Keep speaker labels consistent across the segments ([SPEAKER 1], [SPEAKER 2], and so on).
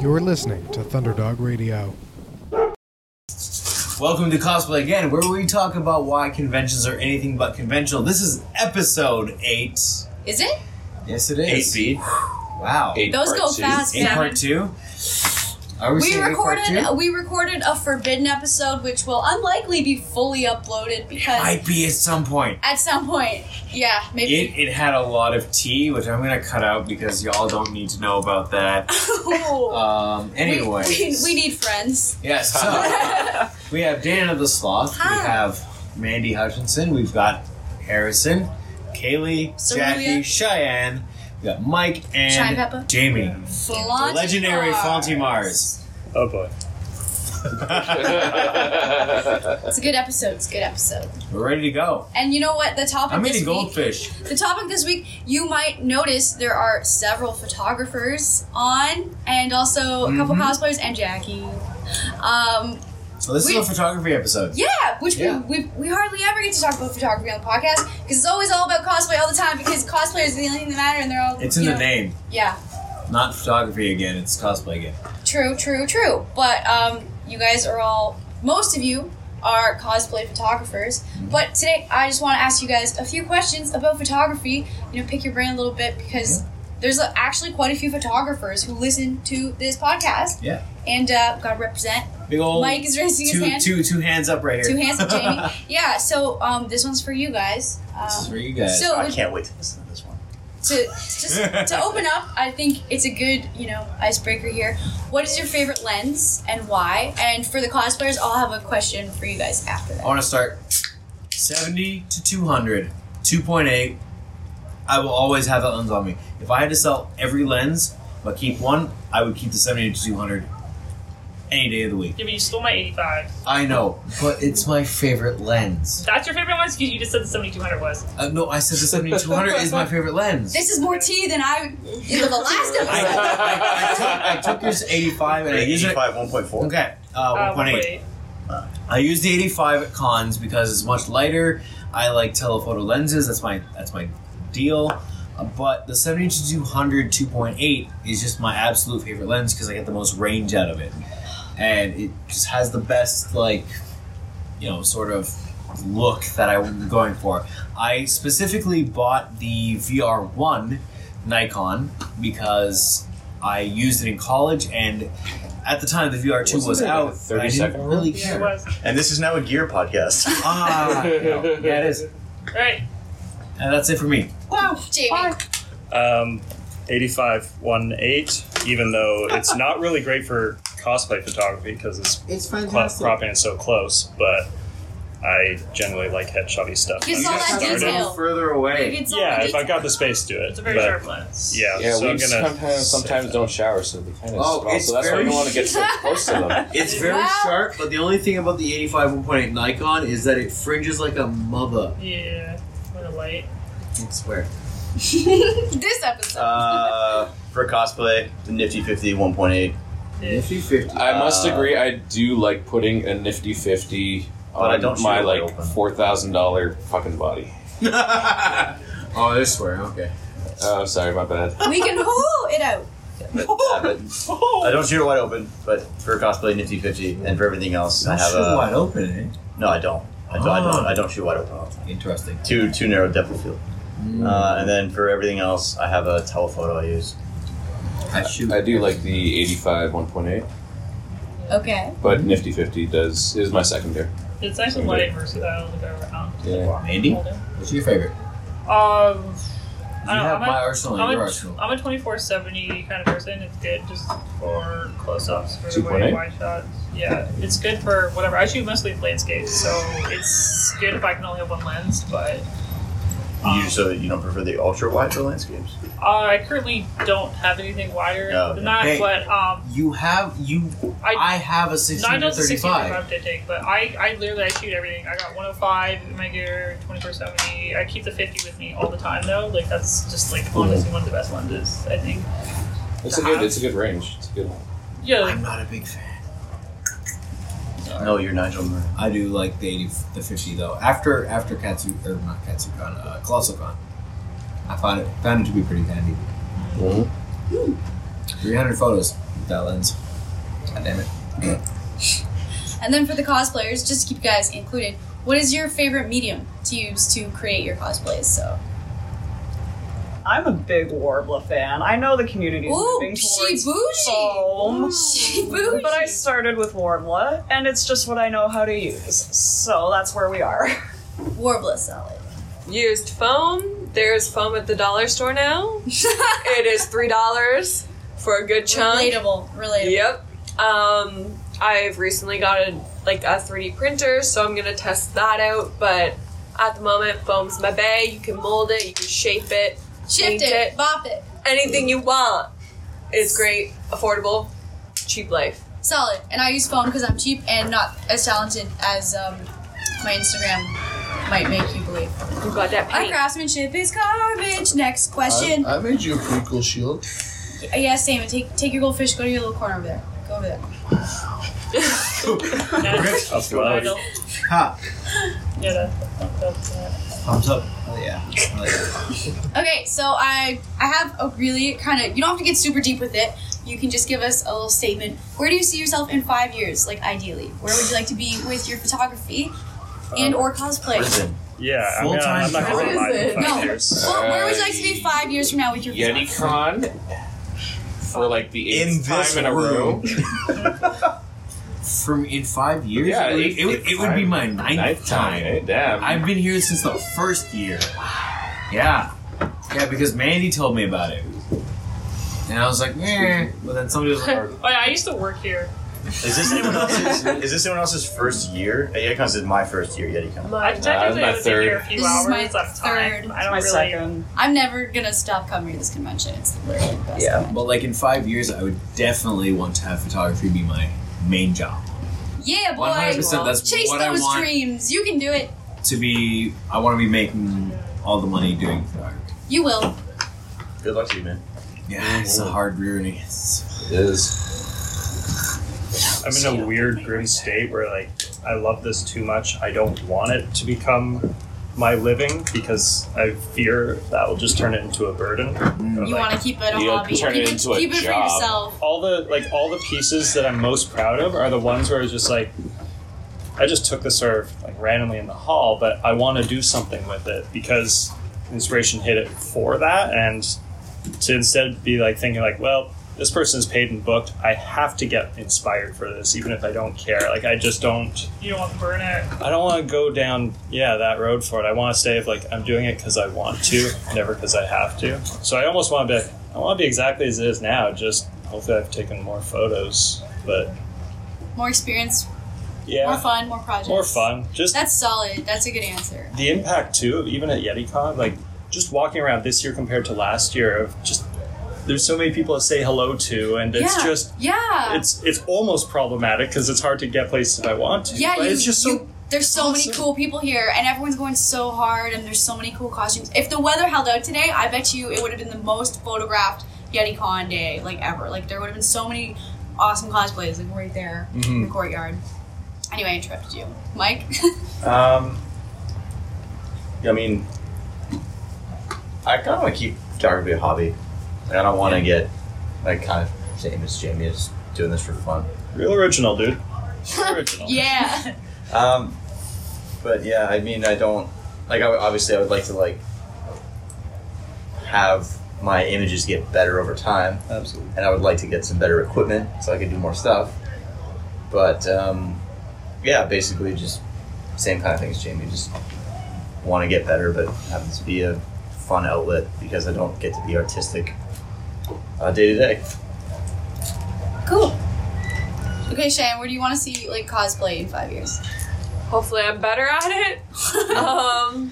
[SPEAKER 1] You're listening to Thunderdog Radio.
[SPEAKER 2] Welcome to Cosplay Again, where we talk about why conventions are anything but conventional. This is episode 8.
[SPEAKER 3] Is it?
[SPEAKER 2] Yes, it is.
[SPEAKER 4] 8B.
[SPEAKER 2] Wow.
[SPEAKER 4] Eight
[SPEAKER 3] Those
[SPEAKER 4] part
[SPEAKER 3] go
[SPEAKER 4] two.
[SPEAKER 3] fast,
[SPEAKER 2] Eight
[SPEAKER 3] man.
[SPEAKER 2] part 2? Are we,
[SPEAKER 3] We
[SPEAKER 2] saying eight part
[SPEAKER 3] recorded
[SPEAKER 2] two?
[SPEAKER 3] we recorded a forbidden episode, which will unlikely be fully uploaded because
[SPEAKER 2] Might be at some point.
[SPEAKER 3] at some point, yeah,
[SPEAKER 2] It,
[SPEAKER 3] maybe.
[SPEAKER 2] it had a lot of tea, which I'm going to cut out because y'all don't need to know about that.
[SPEAKER 3] Ooh.
[SPEAKER 2] Um,
[SPEAKER 3] We-
[SPEAKER 2] anyway.
[SPEAKER 3] we, we need friends.
[SPEAKER 2] Yes, so we have Dan of the Sloth.
[SPEAKER 3] Hi.
[SPEAKER 2] We have Mandy Hutchinson. We've got Harrison, Kaylee,
[SPEAKER 3] Cerulia.
[SPEAKER 2] Jackie, Cheyenne. We got Mike
[SPEAKER 3] Shy
[SPEAKER 2] and
[SPEAKER 3] Peppa.
[SPEAKER 2] Jamie.
[SPEAKER 3] Flaunty
[SPEAKER 2] Legendary
[SPEAKER 3] Mars.
[SPEAKER 2] Faulty Mars.
[SPEAKER 5] Oh boy.
[SPEAKER 3] It's a good episode. It's a good episode.
[SPEAKER 2] We're ready to go.
[SPEAKER 3] And you know what? The topic
[SPEAKER 2] I'm
[SPEAKER 3] this
[SPEAKER 2] eating
[SPEAKER 3] week.
[SPEAKER 2] goldfish.
[SPEAKER 3] The topic this week, you might notice there are several photographers on, and also a couple
[SPEAKER 2] Mhm.
[SPEAKER 3] cosplayers and Jackie. Um,
[SPEAKER 2] So this
[SPEAKER 3] We-
[SPEAKER 2] is a photography episode.
[SPEAKER 3] Yeah, which
[SPEAKER 2] Yeah.
[SPEAKER 3] We, we, we hardly ever get to talk about photography on the podcast because it's always all about cosplay all the time because cosplay is the only thing that matters and they're all.
[SPEAKER 2] It's in
[SPEAKER 3] you
[SPEAKER 2] the
[SPEAKER 3] know-
[SPEAKER 2] name,
[SPEAKER 3] Yeah,
[SPEAKER 2] not photography again. It's cosplay again.
[SPEAKER 3] true, true, true. But um, you guys are all, most of you are cosplay photographers.
[SPEAKER 2] Mm-hmm.
[SPEAKER 3] But today I just want to ask you guys a few questions about photography. You know, pick your brain a little bit because there's uh, actually quite a few photographers who listen to this podcast.
[SPEAKER 2] Yeah.
[SPEAKER 3] And uh, gotta represent.
[SPEAKER 2] Big old
[SPEAKER 3] Mike is raising his
[SPEAKER 2] Oh, two,
[SPEAKER 3] hand.
[SPEAKER 2] two, two hands up right here.
[SPEAKER 3] Two hands up, Jamie. Yeah, so um, this one's for you guys. Um,
[SPEAKER 2] this is for you guys.
[SPEAKER 3] So
[SPEAKER 4] I
[SPEAKER 3] would-
[SPEAKER 4] can't wait to listen to this one.
[SPEAKER 3] to just to open up, I think it's a good you know icebreaker here. What is your favorite lens and why? And for the cosplayers, I'll have a question for you guys after
[SPEAKER 2] I
[SPEAKER 3] that.
[SPEAKER 2] want to start 70 to 200, 2.8. I will always have that lens on me. If I had to sell every lens but keep one, I would keep the 70 to 200 any day of the week.
[SPEAKER 6] Yeah, but you stole my 85.
[SPEAKER 2] I know, but it's my favorite lens.
[SPEAKER 6] That's your favorite one? Because you just said the 7200 was.
[SPEAKER 2] Uh, no, I said the 70 to 200 is my favorite lens.
[SPEAKER 3] This is more tea than I you know, the last
[SPEAKER 2] I,
[SPEAKER 3] of.
[SPEAKER 2] I, I, took, I took yours 85 and I used it.
[SPEAKER 4] 85, 1.4.
[SPEAKER 2] Okay,
[SPEAKER 3] Oh,
[SPEAKER 2] uh, 1.8.
[SPEAKER 6] wait.
[SPEAKER 2] I use the 85 at cons because it's much lighter. I like telephoto lenses. That's my that's my deal. Uh, But the 70 to 200 2.8 is just my absolute favorite lens because I get the most range out of it, and it just has the best like, you know, sort of look that I'm going for. I specifically bought the VR1 Nikon because I used it in college, and at the time the VR2
[SPEAKER 4] Wasn't
[SPEAKER 2] was
[SPEAKER 4] there, like,
[SPEAKER 2] out.
[SPEAKER 4] a
[SPEAKER 2] but I didn't
[SPEAKER 4] 30-second
[SPEAKER 2] really
[SPEAKER 6] Yeah,
[SPEAKER 2] care.
[SPEAKER 6] it was.
[SPEAKER 4] And this is now a gear podcast.
[SPEAKER 2] Ah, yeah, it is.
[SPEAKER 6] All right.
[SPEAKER 2] And that's it for me.
[SPEAKER 3] Wow, Jamie,
[SPEAKER 5] Um, 85 1 8, even though it's not really great for cosplay photography because it's
[SPEAKER 2] It's
[SPEAKER 5] cl- cropping is so close, but I generally like headshotty stuff.
[SPEAKER 3] You
[SPEAKER 5] I'm
[SPEAKER 3] saw
[SPEAKER 5] just
[SPEAKER 3] that
[SPEAKER 5] starting.
[SPEAKER 3] detail.
[SPEAKER 2] further away.
[SPEAKER 3] It's all
[SPEAKER 5] Yeah,
[SPEAKER 3] the
[SPEAKER 5] if I've got the space to it.
[SPEAKER 6] It's a very
[SPEAKER 5] but,
[SPEAKER 6] sharp lens.
[SPEAKER 5] Yeah,
[SPEAKER 4] Yeah,
[SPEAKER 5] so I'm
[SPEAKER 4] we
[SPEAKER 5] gonna
[SPEAKER 4] sometimes, sometimes don't shower, so they kind of
[SPEAKER 2] Oh,
[SPEAKER 4] smell.
[SPEAKER 2] it's
[SPEAKER 4] So that's why I
[SPEAKER 2] very-
[SPEAKER 4] don't want to get so close to them.
[SPEAKER 2] It's very
[SPEAKER 3] Wow.
[SPEAKER 2] sharp, but the only thing about the 85 1.8 Nikon is that it fringes like a mother.
[SPEAKER 6] Yeah. With a light.
[SPEAKER 2] It's weird.
[SPEAKER 3] detail. this episode.
[SPEAKER 7] Uh, for cosplay, the Nifty 50 1.8.
[SPEAKER 6] Yeah.
[SPEAKER 2] 50.
[SPEAKER 7] I must
[SPEAKER 4] Uh,
[SPEAKER 7] agree, I do like putting a nifty 50
[SPEAKER 4] But
[SPEAKER 7] on
[SPEAKER 4] I don't
[SPEAKER 7] my
[SPEAKER 4] shoot it
[SPEAKER 7] like
[SPEAKER 4] open.
[SPEAKER 7] $4,000 fucking body.
[SPEAKER 2] oh, this swear. Okay.
[SPEAKER 7] Oh, sorry, my bad.
[SPEAKER 3] we can pull it out.
[SPEAKER 4] But, yeah, but I don't shoot it wide open, but for cosplay, Nifty 50, and for everything else, I
[SPEAKER 2] That's
[SPEAKER 4] have
[SPEAKER 2] shoot
[SPEAKER 4] a.
[SPEAKER 2] wide open,
[SPEAKER 4] No, I don't. I don't, I don't.
[SPEAKER 2] Oh.
[SPEAKER 4] I don't shoot wide open.
[SPEAKER 2] eh? Interesting.
[SPEAKER 4] Too too narrow depth of field.
[SPEAKER 2] Mm.
[SPEAKER 4] Uh, and then for everything else, I have a telephoto I use.
[SPEAKER 2] I shoot.
[SPEAKER 7] I do like the 85 1.8,
[SPEAKER 3] Okay.
[SPEAKER 7] but
[SPEAKER 4] Mm-hmm.
[SPEAKER 7] nifty 50 does is my secondary.
[SPEAKER 6] It's nice and light versus I don't think I've ever
[SPEAKER 7] Yeah.
[SPEAKER 2] Mandy,
[SPEAKER 6] Um,
[SPEAKER 2] what's your favorite?
[SPEAKER 6] I don't know,
[SPEAKER 2] you have
[SPEAKER 6] I'm,
[SPEAKER 2] my
[SPEAKER 6] a,
[SPEAKER 2] arsenal and
[SPEAKER 6] Um, I'm,
[SPEAKER 2] your
[SPEAKER 6] a,
[SPEAKER 2] arsenal.
[SPEAKER 6] I'm a 2470 kind of person. It's good just for close ups, for
[SPEAKER 7] 2.8?
[SPEAKER 6] wide, wide shots. Yeah, it's good for whatever. I shoot mostly landscapes, so it's good if I can only have one lens, but.
[SPEAKER 2] Ah.
[SPEAKER 6] um,
[SPEAKER 4] You so you don't prefer the ultra wide for landscapes.
[SPEAKER 6] Uh, I currently don't have anything wider
[SPEAKER 4] Oh, okay.
[SPEAKER 6] than that,
[SPEAKER 2] Hey.
[SPEAKER 6] but um,
[SPEAKER 2] You have you. I,
[SPEAKER 6] I-
[SPEAKER 2] have a
[SPEAKER 6] no, I
[SPEAKER 2] 16
[SPEAKER 6] know
[SPEAKER 2] to
[SPEAKER 6] it's a
[SPEAKER 2] 35.
[SPEAKER 6] 65 to take, but I, I literally I shoot everything. I got 105 in my gear, 2470. I keep the 50 with me all the time though. Like that's just like honestly one of the best lenses I think.
[SPEAKER 7] It's a good
[SPEAKER 2] Uh-huh.
[SPEAKER 7] it's a good range. It's a good one.
[SPEAKER 6] Yeah, like,
[SPEAKER 2] I'm not a big fan.
[SPEAKER 4] No, you're Nigel Murray.
[SPEAKER 2] I do like the 80, the 50 though. After after Katsu or not Katsukon, uh, Colossalcon, I found it found it to be pretty handy. 300 photos with that lens. God damn it.
[SPEAKER 3] And then for the cosplayers, just to keep you guys included, what is your favorite medium to use to create your cosplays? So,
[SPEAKER 8] I'm a big Warbler fan. I know the community's
[SPEAKER 3] ooh,
[SPEAKER 8] moving
[SPEAKER 3] she
[SPEAKER 8] towards
[SPEAKER 3] bougie.
[SPEAKER 8] foam.
[SPEAKER 3] She bougie.
[SPEAKER 8] But I started with Warbler, and it's just what I know how to use. So that's where we are.
[SPEAKER 3] Warbler salad.
[SPEAKER 9] Used foam. There's foam at the dollar store now. it is three dollars for a good chunk.
[SPEAKER 3] Relatable. Relatable.
[SPEAKER 9] Yep. Um, I've recently got a like a 3D printer, so I'm gonna test that out. But at the moment, foam's my bay. You can mold it, you can shape it,
[SPEAKER 3] Shift
[SPEAKER 9] paint
[SPEAKER 3] it, Bop it.
[SPEAKER 9] anything you want. It's great, affordable, cheap life.
[SPEAKER 3] Solid. And I use phone because I'm cheap and not as talented as um, my Instagram might make you believe.
[SPEAKER 9] You got that
[SPEAKER 3] Our
[SPEAKER 9] paint.
[SPEAKER 3] craftsmanship is garbage. Next
[SPEAKER 8] Uh,
[SPEAKER 3] question.
[SPEAKER 10] I, I made you a pretty cool shield.
[SPEAKER 3] Uh, yeah, Sam, take take your goldfish. Go to your little corner over there. Go over there.
[SPEAKER 6] That's
[SPEAKER 5] Up to us.
[SPEAKER 6] vital.
[SPEAKER 2] Ha!
[SPEAKER 6] Yeah, that- that- that's it.
[SPEAKER 2] Thumbs up. Oh, yeah. Hell yeah.
[SPEAKER 3] Okay, so I I have a really kind of you don't have to get super deep with it. You can just give us a little statement. Where do you see yourself in five years? Like ideally, where would you like to be with your photography and or cosplay?
[SPEAKER 4] Prison.
[SPEAKER 5] Yeah, I'm, gonna,
[SPEAKER 2] Full-time
[SPEAKER 5] I'm not going to lie in
[SPEAKER 3] No.
[SPEAKER 5] five years.
[SPEAKER 3] Well, where would you like to be five years from now with your photography?
[SPEAKER 11] YetiCon for like the eighth
[SPEAKER 4] In this
[SPEAKER 11] time in a row.
[SPEAKER 2] From in five years?
[SPEAKER 11] Yeah,
[SPEAKER 2] it, would-
[SPEAKER 11] eight-
[SPEAKER 2] it would-
[SPEAKER 11] eight-
[SPEAKER 2] it would be
[SPEAKER 11] five-
[SPEAKER 2] my ninth,
[SPEAKER 11] Ninth time,
[SPEAKER 2] time.
[SPEAKER 11] eh? Damn.
[SPEAKER 2] I've been here since the first year. Yeah. Yeah, because Mandy told me about it. And I was like, eh. But then somebody was like,
[SPEAKER 6] Oh, yeah, I used to work here.
[SPEAKER 4] Is this anyone else's? is this anyone else's first year? At YetiCon, this is my first year at YetiCon.
[SPEAKER 6] I technically
[SPEAKER 11] my
[SPEAKER 6] was in here a
[SPEAKER 11] third.
[SPEAKER 6] few
[SPEAKER 3] This is
[SPEAKER 6] hours
[SPEAKER 3] my
[SPEAKER 6] at a time.
[SPEAKER 3] third.
[SPEAKER 6] I
[SPEAKER 8] That's
[SPEAKER 6] don't
[SPEAKER 8] my
[SPEAKER 6] really.
[SPEAKER 8] second.
[SPEAKER 3] I'm never gonna stop coming to this convention. It's literally the best.
[SPEAKER 8] Yeah.
[SPEAKER 3] convention.
[SPEAKER 2] but like in five years, I would definitely want to have photography be my main job.
[SPEAKER 3] Yeah, boy.
[SPEAKER 2] 100% that's
[SPEAKER 3] Chase
[SPEAKER 2] what I
[SPEAKER 3] those
[SPEAKER 2] want.
[SPEAKER 3] dreams. You can do it.
[SPEAKER 2] To be, I want to be making all the money doing photography.
[SPEAKER 3] You will.
[SPEAKER 4] Good luck to you, man.
[SPEAKER 2] Yeah, it's a hard journey. It's-
[SPEAKER 11] It is.
[SPEAKER 5] I'm in a weird, grim state where, like, I love this too much. I don't want it to become my living because I fear that will just turn it into a burden. But,
[SPEAKER 3] You
[SPEAKER 5] like,
[SPEAKER 3] want to keep it a
[SPEAKER 11] You gotta
[SPEAKER 3] hobby.
[SPEAKER 11] turn it
[SPEAKER 3] keep
[SPEAKER 11] into a
[SPEAKER 3] keep it
[SPEAKER 11] job.
[SPEAKER 3] for yourself.
[SPEAKER 5] all the like all the pieces that I'm most proud of are the ones where it's just like I just took this sort of like randomly in the hall, but I want to do something with it because inspiration hit it for that, and to instead be like thinking like, well, this person's paid and booked. I have to get inspired for this, even if I don't care. Like I just don't.
[SPEAKER 6] You don't want to burn it.
[SPEAKER 5] I don't want to go down yeah that road for it. I want to say if like I'm doing it because I want to, never because I have to. So I almost want to be I want to be exactly as it is now. Just hopefully I've taken more photos, but
[SPEAKER 3] More experience. More
[SPEAKER 5] yeah,
[SPEAKER 3] fun. More projects.
[SPEAKER 5] more fun. Just
[SPEAKER 3] That's solid. That's a good answer.
[SPEAKER 5] the impact too, even at YetiCon, like just walking around this year compared to last year of just there's so many people to say hello to, and it's
[SPEAKER 3] yeah.
[SPEAKER 5] just.
[SPEAKER 3] yeah.
[SPEAKER 5] It's it's almost problematic because it's hard to get places if I want to.
[SPEAKER 3] yeah.
[SPEAKER 5] but
[SPEAKER 3] You,
[SPEAKER 5] it's just so
[SPEAKER 3] you- there's so many
[SPEAKER 5] awesome.
[SPEAKER 3] cool people here, and everyone's going so hard, and there's so many cool costumes. If the weather held out today, I bet you it would have been the most photographed YetiCon day like ever. Like there would have been so many awesome cosplays like right there
[SPEAKER 5] Mm-hmm.
[SPEAKER 3] in the courtyard. Anyway, I interrupted you, Mike.
[SPEAKER 4] Um, I mean, I kind of want to keep photography a hobby. Like, I don't want to get like kind of same as Jamie is doing this for fun.
[SPEAKER 5] real original, dude. Real original.
[SPEAKER 3] yeah.
[SPEAKER 4] Um, but yeah, I mean, I don't like. I, would- obviously, I would like to like have my images get better over time,
[SPEAKER 5] Absolutely.
[SPEAKER 4] and I would like to get some better equipment so I could do more stuff. But um, yeah, basically, just same kind of thing as Jamie. Just want to get better, but have this be a fun outlet because I don't get to be artistic uh, day to day.
[SPEAKER 3] Cool. Okay, Shan, where do you want to see like cosplay in five years?
[SPEAKER 9] Hopefully, I'm better at it. um,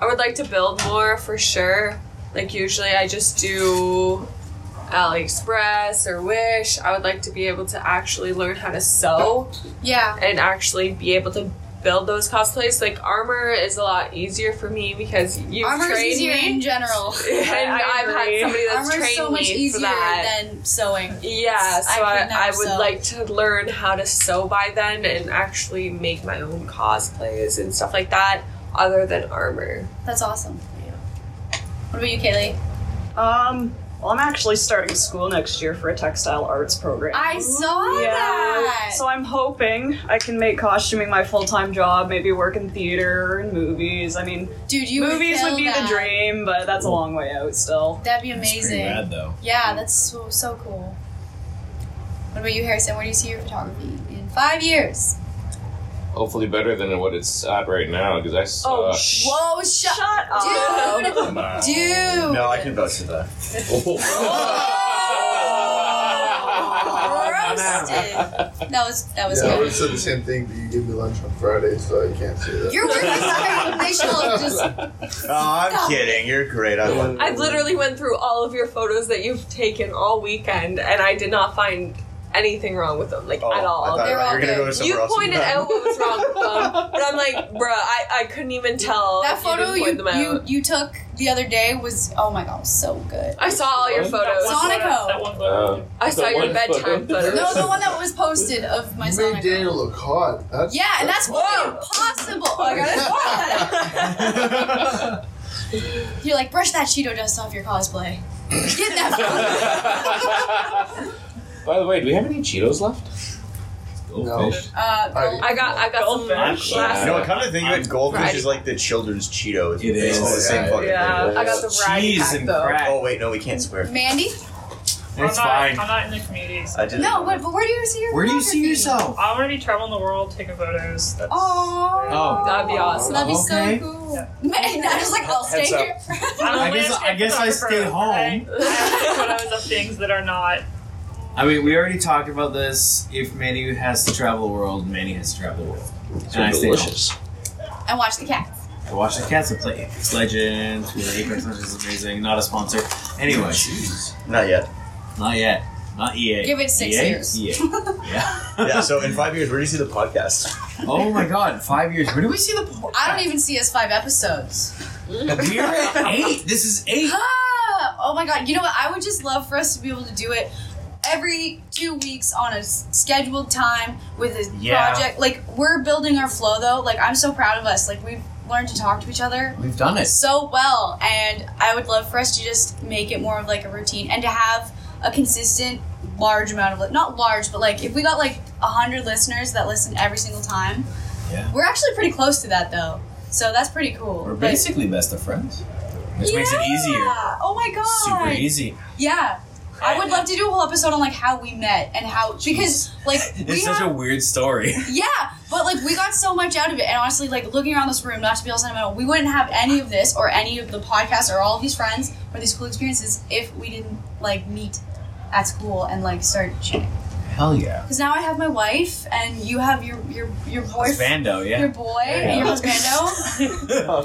[SPEAKER 9] I would like to build more for sure. Like usually, I just do AliExpress or Wish. I would like to be able to actually learn how to sew
[SPEAKER 3] Yeah.
[SPEAKER 9] and actually be able to build those cosplays. Like armor is a lot easier for me because you
[SPEAKER 3] Armor is
[SPEAKER 9] trained
[SPEAKER 3] easier in
[SPEAKER 9] me,
[SPEAKER 3] general.
[SPEAKER 9] and
[SPEAKER 6] I
[SPEAKER 9] I've
[SPEAKER 6] agree.
[SPEAKER 9] had somebody that's
[SPEAKER 3] Armor is
[SPEAKER 9] trained
[SPEAKER 3] so much
[SPEAKER 9] me for
[SPEAKER 3] easier
[SPEAKER 9] that.
[SPEAKER 3] than sewing.
[SPEAKER 9] Yeah, so
[SPEAKER 3] I could
[SPEAKER 9] I,
[SPEAKER 3] never
[SPEAKER 9] I, would
[SPEAKER 3] sew.
[SPEAKER 9] like to learn how to sew by then and actually make my own cosplays and stuff like that, other than armor.
[SPEAKER 3] That's awesome. What about you, Kaylee?
[SPEAKER 8] Um, well, Well, I'm actually starting school next year for a textile arts program.
[SPEAKER 3] I saw
[SPEAKER 8] yeah.
[SPEAKER 3] that.
[SPEAKER 8] So I'm hoping I can make costuming my full time job, maybe work in theater and movies. I mean,
[SPEAKER 3] Dude, you would
[SPEAKER 8] movies would,
[SPEAKER 3] kill
[SPEAKER 8] be
[SPEAKER 3] that.
[SPEAKER 8] the dream, but that's a long way out still.
[SPEAKER 3] That'd be amazing.
[SPEAKER 2] rad, though.
[SPEAKER 3] Yeah, that's so, so cool. What about you, Harrison? Where do you see your photography in five years?
[SPEAKER 11] Hopefully better than what it's at right now because I
[SPEAKER 4] Oh,
[SPEAKER 9] Oh,
[SPEAKER 11] saw.
[SPEAKER 3] Whoa, shut,
[SPEAKER 8] Shut up.
[SPEAKER 3] dude,
[SPEAKER 11] Come on.
[SPEAKER 3] dude.
[SPEAKER 4] No, I can vouch for that.
[SPEAKER 3] Roasted. That was that was
[SPEAKER 10] yeah, I would
[SPEAKER 3] good.
[SPEAKER 10] have said the same thing, but you give me lunch on Friday, so you can't say that.
[SPEAKER 3] Your work is great. They should all just
[SPEAKER 4] Oh, I'm kidding. You're great. I love
[SPEAKER 9] I've literally went through all of your photos that you've taken all weekend, and I did not find anything wrong with them, like
[SPEAKER 4] Oh,
[SPEAKER 9] at
[SPEAKER 4] I
[SPEAKER 9] all.
[SPEAKER 4] thought
[SPEAKER 3] They're all
[SPEAKER 4] you were gonna go
[SPEAKER 3] good.
[SPEAKER 4] to
[SPEAKER 9] you
[SPEAKER 4] somewhere else.
[SPEAKER 9] pointed out what was wrong with them, but I'm like, bruh, I, I couldn't even
[SPEAKER 8] Oh,
[SPEAKER 9] tell.
[SPEAKER 3] that
[SPEAKER 9] if
[SPEAKER 3] photo
[SPEAKER 9] you, didn't point
[SPEAKER 3] you,
[SPEAKER 9] them
[SPEAKER 3] you
[SPEAKER 9] out.
[SPEAKER 3] you took the other day was oh my god, it was so good.
[SPEAKER 9] I saw all your
[SPEAKER 11] That
[SPEAKER 9] photos.
[SPEAKER 3] one- Sonico.
[SPEAKER 6] That one photo.
[SPEAKER 11] Um,
[SPEAKER 9] I saw
[SPEAKER 11] the
[SPEAKER 9] your
[SPEAKER 11] one
[SPEAKER 9] bedtime
[SPEAKER 11] photo.
[SPEAKER 9] photos.
[SPEAKER 3] No, the one that was posted of my
[SPEAKER 10] you
[SPEAKER 3] son.
[SPEAKER 10] made Daniel look hot. That's,
[SPEAKER 3] Yeah, and that's
[SPEAKER 9] Whoa.
[SPEAKER 3] impossible. Oh, I gotta swallow that. You're like, brush that Cheeto dust off your cosplay. Get that photo.
[SPEAKER 11] By the way, do we have any Cheetos left?
[SPEAKER 10] No.
[SPEAKER 3] Uh,
[SPEAKER 10] I-
[SPEAKER 9] I got I got
[SPEAKER 11] Oh,
[SPEAKER 9] some
[SPEAKER 6] Goldfish.
[SPEAKER 9] last.
[SPEAKER 4] You know, I kind of think of it. Goldfish
[SPEAKER 9] Right.
[SPEAKER 4] is like the children's Cheeto. It's
[SPEAKER 2] It is.
[SPEAKER 4] basically the same
[SPEAKER 10] Yeah,
[SPEAKER 4] fucking
[SPEAKER 8] yeah.
[SPEAKER 4] thing.
[SPEAKER 9] I got the rag
[SPEAKER 2] Cheese
[SPEAKER 9] pack
[SPEAKER 2] and
[SPEAKER 9] though.
[SPEAKER 2] crack.
[SPEAKER 4] Oh wait, no, we can't swear.
[SPEAKER 3] Mandy?
[SPEAKER 6] I'm
[SPEAKER 2] It's
[SPEAKER 6] not,
[SPEAKER 2] fine.
[SPEAKER 6] I'm not in the community. So
[SPEAKER 4] I did.
[SPEAKER 3] No, but, but where do you see your
[SPEAKER 2] Where do you
[SPEAKER 3] photography?
[SPEAKER 2] see yourself?
[SPEAKER 6] I want to be traveling the world, taking photos.
[SPEAKER 3] Aww.
[SPEAKER 6] That's
[SPEAKER 2] Oh.
[SPEAKER 9] That'd be awesome.
[SPEAKER 3] That'd be
[SPEAKER 2] Okay.
[SPEAKER 3] so cool.
[SPEAKER 6] Yeah.
[SPEAKER 3] Man, I was like, I'll stay
[SPEAKER 5] Heads up.
[SPEAKER 3] here.
[SPEAKER 6] I'm a
[SPEAKER 2] I guess-
[SPEAKER 6] landscape
[SPEAKER 2] I guess I
[SPEAKER 6] photographer,
[SPEAKER 2] stay home.
[SPEAKER 6] okay? I have photos of things that are not.
[SPEAKER 2] I mean, we already talked about this. If Manny has to travel the world, Manny has to travel the world. and I stay home.
[SPEAKER 11] delicious.
[SPEAKER 3] and watch the cats.
[SPEAKER 2] I watch the cats and play Apex Legends. We like Apex Legends is amazing. Not a sponsor. Anyway,
[SPEAKER 4] Not yet.
[SPEAKER 2] not yet. Not E EA.
[SPEAKER 3] Give it six
[SPEAKER 2] EA?
[SPEAKER 3] years.
[SPEAKER 2] EA. E Yeah.
[SPEAKER 4] Yeah. So in five years, where do you see the podcast?
[SPEAKER 2] Oh my god, five years. Where do we see the po-
[SPEAKER 3] I don't even see us five episodes.
[SPEAKER 2] We're at eight. This is eight.
[SPEAKER 3] Ah, oh my god! You know what? I would just love for us to be able to do it every two weeks on a s- scheduled time with a
[SPEAKER 2] Yeah.
[SPEAKER 3] project. Like we're building our flow though. Like I'm so proud of us. Like we've learned to talk to each other
[SPEAKER 2] We've done it.
[SPEAKER 3] so well, and I would love for us to just make it more of like a routine and to have a consistent large amount of li- not large, but like if we got like a hundred listeners that listen every single time,
[SPEAKER 2] Yeah.
[SPEAKER 3] we're actually pretty close to that though. So that's pretty cool.
[SPEAKER 2] We're
[SPEAKER 3] But-
[SPEAKER 2] basically best of friends, which makes it
[SPEAKER 3] Yeah!
[SPEAKER 2] easier.
[SPEAKER 3] Oh my god!
[SPEAKER 2] Super easy.
[SPEAKER 3] Yeah. I would love to do a whole episode on like how we met and how because like we
[SPEAKER 2] It's such
[SPEAKER 3] have,
[SPEAKER 2] a weird story.
[SPEAKER 3] yeah, but like we got so much out of it, and honestly, like looking around this room, not to be all sentimental, we wouldn't have any of this or any of the podcasts or all of these friends or these cool experiences if we didn't like meet at school and like start chatting.
[SPEAKER 2] Hell yeah.
[SPEAKER 3] Because now I have my wife, and you have your your your boyfriend,
[SPEAKER 2] Bando,
[SPEAKER 3] your
[SPEAKER 2] yeah.
[SPEAKER 3] boy,
[SPEAKER 2] Yeah.
[SPEAKER 3] your husbando.